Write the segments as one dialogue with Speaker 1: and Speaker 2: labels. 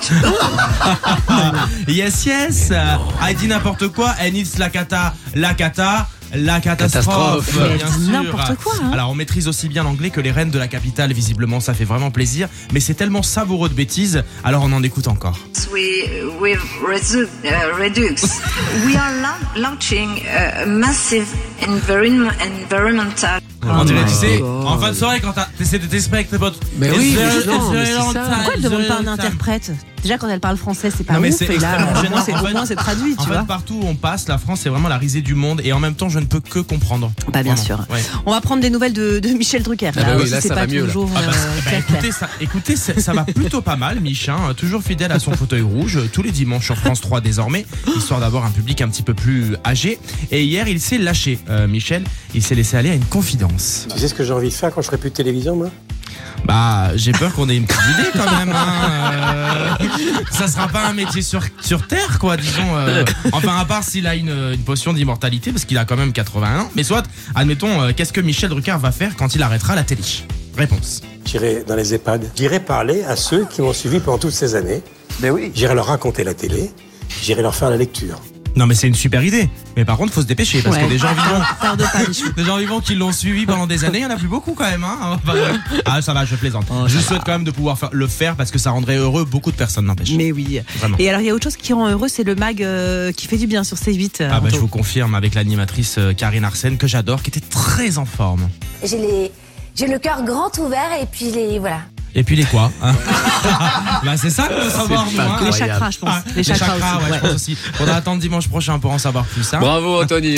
Speaker 1: Yes, yes, euh, elle dit n'importe quoi, elle nice la cata, la cata. La catastrophe,
Speaker 2: Catastrophe.
Speaker 1: bien
Speaker 3: Mais
Speaker 1: sûr.
Speaker 3: n'importe quoi, hein.
Speaker 1: Alors on maîtrise aussi bien l'anglais que les reines de la capitale, visiblement ça fait vraiment plaisir, mais c'est tellement savoureux de bêtises, alors on en écoute encore.
Speaker 3: Oh
Speaker 4: We we've resu- uh, reduced. We are lau- launching a a massive environ- environmental
Speaker 1: on dirait, tu
Speaker 2: my
Speaker 1: sais,
Speaker 2: God.
Speaker 1: en fin de soirée quand t'as- t'essaies de t'exprimer avec tes potes.
Speaker 2: Mais oui, mais
Speaker 1: It's very-
Speaker 2: non,
Speaker 1: it's
Speaker 2: mais
Speaker 1: very
Speaker 2: c'est ça.
Speaker 1: long time,
Speaker 3: Pourquoi elle demande
Speaker 1: it's
Speaker 3: pas
Speaker 1: very
Speaker 3: un
Speaker 1: long time.
Speaker 3: interprète Déjà quand elle parle français, c'est pas
Speaker 1: Non, mais
Speaker 3: ouf,
Speaker 1: c'est
Speaker 3: et là,
Speaker 1: extrêmement
Speaker 3: au moins,
Speaker 1: gênant.
Speaker 3: c'est-
Speaker 1: En
Speaker 3: au
Speaker 1: fait-
Speaker 3: moins c'est traduit,
Speaker 1: En
Speaker 3: tu vois.
Speaker 1: fait, partout où on passe, la France est vraiment la risée du monde et en même temps, je ne peux que comprendre.
Speaker 3: Bah, bien
Speaker 1: Vraiment.
Speaker 3: sûr.
Speaker 1: Ouais.
Speaker 3: On va prendre des nouvelles de, de Michel Drucker,
Speaker 2: Ah bah oui,
Speaker 3: aussi,
Speaker 2: là,
Speaker 3: c'est
Speaker 2: ça
Speaker 3: pas
Speaker 2: va mieux, là.
Speaker 3: toujours
Speaker 1: Ah bah,
Speaker 3: euh,
Speaker 1: bah,
Speaker 3: clair, clair.
Speaker 1: écoutez, ça, écoutez, ça, ça va plutôt pas mal, Michin. euh, toujours fidèle à son fauteuil rouge, euh, tous les dimanches sur France 3 désormais, histoire d'avoir un public un petit peu plus âgé. Et hier, il s'est lâché, euh, Michel. Il s'est laissé aller à une confidence.
Speaker 5: Tu sais ce que j'ai envie de faire quand je serai plus de télévision, moi
Speaker 1: Bah, j'ai peur qu'on ait une petite idée quand même. hein, euh, ça sera pas un métier sur, sur Terre, quoi, disons. euh, enfin, à part s'il a une, une potion d'immortalité, parce qu'il a quand même 81 ans. Mais soit, admettons, euh, qu'est-ce que Michel Drucker va faire quand il arrêtera la télé Réponse.
Speaker 5: J'irai dans les EHPAD. J'irai parler à ceux qui m'ont suivi pendant toutes ces années. Mais oui. J'irai leur raconter la télé. J'irai leur faire la lecture.
Speaker 1: Non mais c'est une super idée. Mais par contre, faut se dépêcher parce
Speaker 3: Ouais.
Speaker 1: que des gens vivants,
Speaker 3: Tarde pas, Michel.
Speaker 1: des gens vivants qui l'ont suivi pendant des années, il y en a plus beaucoup quand même. Hein Enfin, euh, ah ça va, je plaisante.
Speaker 3: Oh,
Speaker 1: je souhaite quand même de pouvoir faire- le faire parce que ça rendrait heureux beaucoup de personnes, n'empêche.
Speaker 3: Mais oui.
Speaker 1: Vraiment.
Speaker 3: Et alors il y a autre chose qui rend heureux, c'est le mag euh, qui fait du bien sur C8. euh,
Speaker 1: Ah bah je
Speaker 3: Anto.
Speaker 1: vous confirme avec l'animatrice euh, Karine Arsène que j'adore, qui était très en forme.
Speaker 6: j'ai les j'ai le cœur grand ouvert et puis les voilà.
Speaker 1: Et puis les quoi hein Bah c'est ça qu'on veut
Speaker 2: pas
Speaker 1: savoir. nous, hein.
Speaker 3: Les
Speaker 2: incroyable.
Speaker 3: chakras, je pense.
Speaker 1: Ah,
Speaker 3: les chakras, aussi.
Speaker 1: ouais,
Speaker 3: ouais.
Speaker 1: je pense aussi. Faudra attendre dimanche prochain pour en savoir plus. hein.
Speaker 2: Bravo Anthony.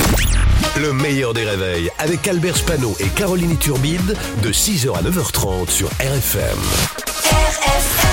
Speaker 7: Le meilleur des réveils avec Albert Spano et Caroline Turbide de 6h à 9h30 sur RFM.
Speaker 8: RFM